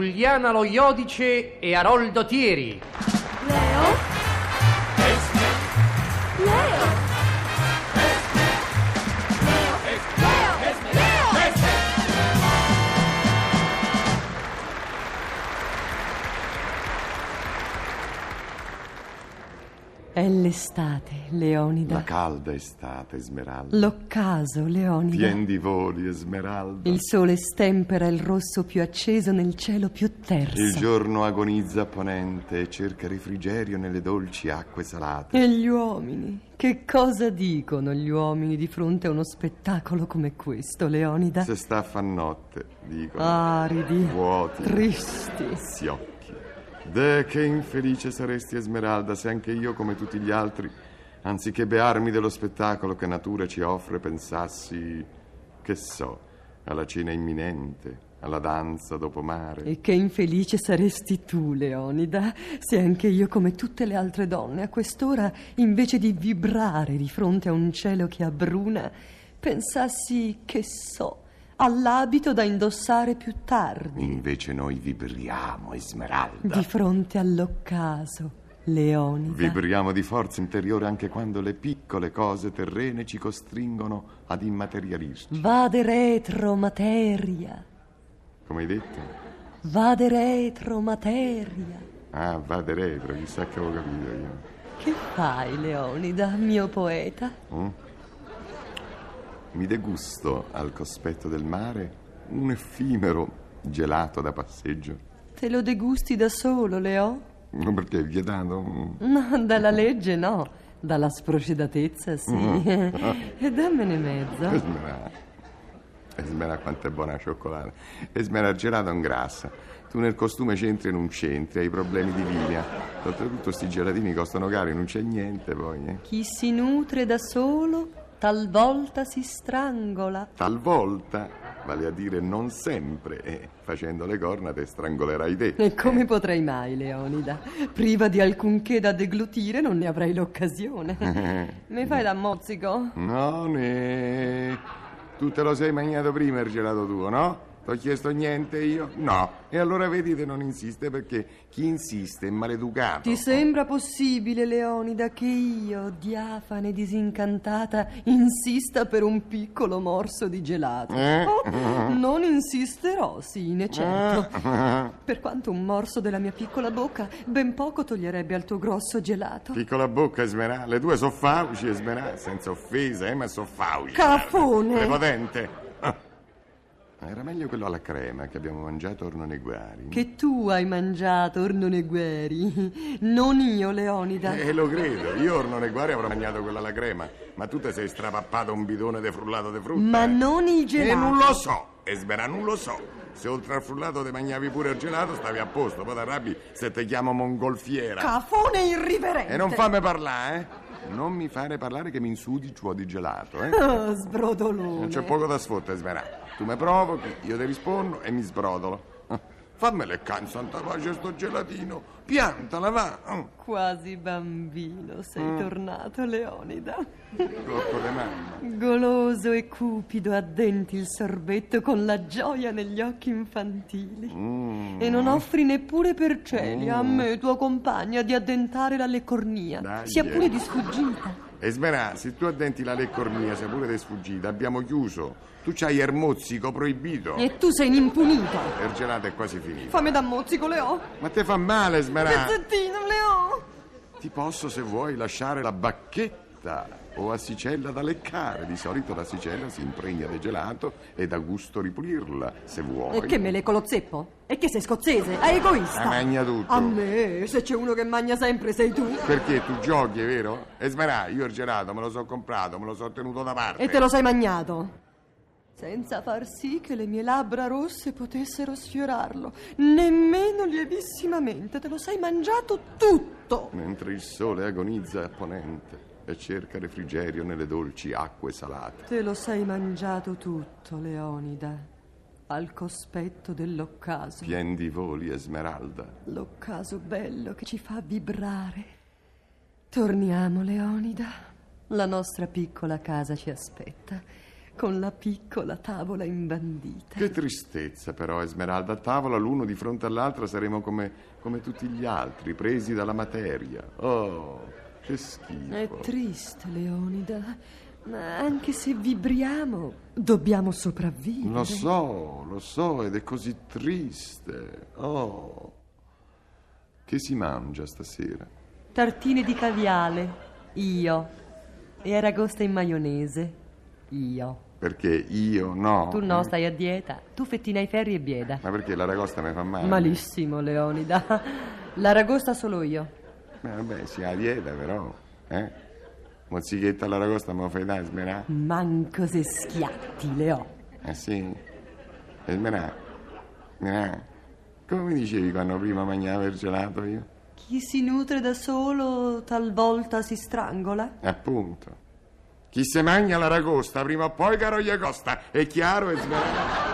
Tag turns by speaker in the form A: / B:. A: Giuliana Lo Iodice e Aroldo Thieri.
B: Leo? Leo?
C: È l'estate, Leonida.
D: La calda estate, Esmeralda.
C: L'occaso, Leonida.
D: Pien di voli, Esmeralda.
C: Il sole stempera il rosso più acceso nel cielo più terso.
D: Il giorno agonizza a ponente e cerca refrigerio nelle dolci acque salate.
C: E gli uomini? Che cosa dicono gli uomini di fronte a uno spettacolo come questo, Leonida?
D: Se sta a fa notte, dicono.
C: Ah. Aridi,
D: Vuoti.
C: tristi.
D: Sì, occhi. De che infelice saresti, Esmeralda, se anche io, come tutti gli altri, anziché bearmi dello spettacolo che natura ci offre, pensassi, che so, alla cena imminente, alla danza dopo mare.
C: E che infelice saresti tu, Leonida, se anche io, come tutte le altre donne, a quest'ora, invece di vibrare di fronte a un cielo che abbruna, pensassi, che so, all'abito da indossare più tardi,
D: Invece noi vibriamo, Esmeralda.
C: di fronte all'occaso, Leonida.
D: Vibriamo di forza interiore anche quando le piccole cose terrene ci costringono ad immaterialismo.
C: Vade retro materia,
D: Come hai detto?
C: vade retro materia.
D: Ah, vade retro, chissà che avevo capito io.
C: Che fai, Leonida, mio poeta?
D: Mi degusto al cospetto del mare un effimero gelato da passeggio.
C: Te lo degusti da solo, Leo?
D: No, Perché è vietato? Mm.
C: No, dalla legge no, dalla sprocedatezza sì. e dammene mezzo.
D: Esmerà. Esmerà quanto è buona la cioccolata. Esmerà gelato in grassa. Tu nel costume c'entri e non c'entri, hai problemi di linea. Oltretutto sti gelatini costano cari, non c'è niente poi. eh.
C: Chi si nutre da solo talvolta si strangola.
D: Talvolta, vale a dire non sempre, eh, facendo le corna te strangolerai te.
C: E come potrei mai, Leonida? Priva di alcunché da deglutire non ne avrei
D: Eh.
C: l'occasione. Mi fai da mozzico?
D: No, ne. Tu te lo sei mangiato prima il gelato tuo, no? T'ho chiesto niente io? No. E allora vedete, non insiste perché chi insiste è maleducato.
C: Ti sembra possibile, Leonida, che io, diafane e disincantata, insista per un piccolo morso di gelato?
D: Eh?
C: Oh, non insisterò, sì, ne
D: Eh.
C: certo. Per quanto un morso della mia piccola bocca ben poco toglierebbe al tuo grosso gelato.
D: Piccola bocca, Esmerà. Le tue sono fauci, Esmerà. Senza offesa, eh, ma sono fauci.
C: Cafone!
D: Prepotente. Ah. Era meglio quello alla crema che abbiamo mangiato a Orno Neguari.
C: Che tu hai mangiato, Ornone Gueri, non io, Leonida.
D: Eh, lo credo. Io a Orno Neguari avrò mangiato quella alla crema. Ma tu te sei strapappato un bidone de frullato de frutta.
C: Ma
D: eh.
C: non il gelato.
D: E non lo so, Esmerà, non lo so. Se oltre al frullato te mangiavi pure il gelato, stavi a posto. Poi ti arrabbi se ti chiamo mongolfiera.
C: Cafone irriverente.
D: e Eh, non fammi parlare, eh. Non mi fare parlare che mi insudi ciò di gelato, eh.
C: Oh, sbrodolone.
D: Non c'è poco da sfottere, Smerà. Tu mi provochi, io ti rispondo e mi sbrodolo. Ah, Fammi le can, santa pace, sto gelatino. Piantala, va. Ah,
C: Quasi bambino sei
D: Mm.
C: tornato, Leonida.
D: Blocco le mani.
C: Goloso e cupido addenti il sorbetto con la gioia negli occhi infantili.
D: Mm.
C: E non offri neppure per celia a me, tua compagna, di addentare la leccornia,
D: Dai,
C: sia
D: eh.
C: pure di sfuggita.
D: Esmerà, se tu addenti la leccornia, se pure te sfuggita, abbiamo chiuso. Tu c'hai il mozzico proibito. E
C: E tu sei un'impunita.
D: il gelato è quasi finito.
C: Fammi da mozzico, Leo.
D: Ma te fa male, Smerà.
C: Pezzettino, Leo.
D: Ti posso, se vuoi, lasciare la bacchetta o assicella da leccare. Di solito l'assicella si impregna di gelato e dà gusto ripulirla, se vuoi.
C: E che me le lo zeppo? E che sei scozzese? È egoista.
D: Ah, magna tutto.
C: A me, se c'è uno che magna sempre, sei tu.
D: Perché tu giochi, è vero? E smerà, io il gelato me lo so comprato, me lo so tenuto da parte.
C: E te lo sei magnato. Senza far sì che le mie labbra rosse potessero sfiorarlo, nemmeno lievissimamente, te lo sei mangiato tutto.
D: Mentre il sole agonizza a ponente e cerca refrigerio nelle dolci acque salate.
C: Te lo sei mangiato tutto, Leonida, al cospetto dell'occaso.
D: Pien di voli, Esmeralda.
C: L'occaso bello che ci fa vibrare. Torniamo, Leonida. La nostra piccola casa ci aspetta. con la piccola tavola imbandita.
D: Che tristezza però, Esmeralda. A tavola l'uno di fronte all'altra saremo come, come tutti gli altri, presi dalla materia. Oh, che
C: È
D: schifo.
C: triste, Leonida, ma anche se vibriamo, dobbiamo sopravvivere.
D: Lo so, lo so, ed è così triste. Oh. Che si mangia stasera?
C: Tartine di caviale, io. E aragosta in maionese, io.
D: Perché io no.
C: Tu no, stai a dieta. Tu fettina ai ferri e bieda.
D: Ma perché l'aragosta mi fa male?
C: Malissimo, Leonida. L'aragosta solo io.
D: Eh, vabbè, si ha lieta però, eh? Mozzichetta all'aragosta me lo fai dare, Smerà?
C: Manco se schiatti, Leo.
D: Eh sì? E Smerà? Smerà? Come mi dicevi quando prima mangiavo il gelato io?
C: Chi si nutre da solo talvolta si strangola.
D: Appunto. Chi se mangia l'aragosta prima o poi caro gli costa, è chiaro e Smerà?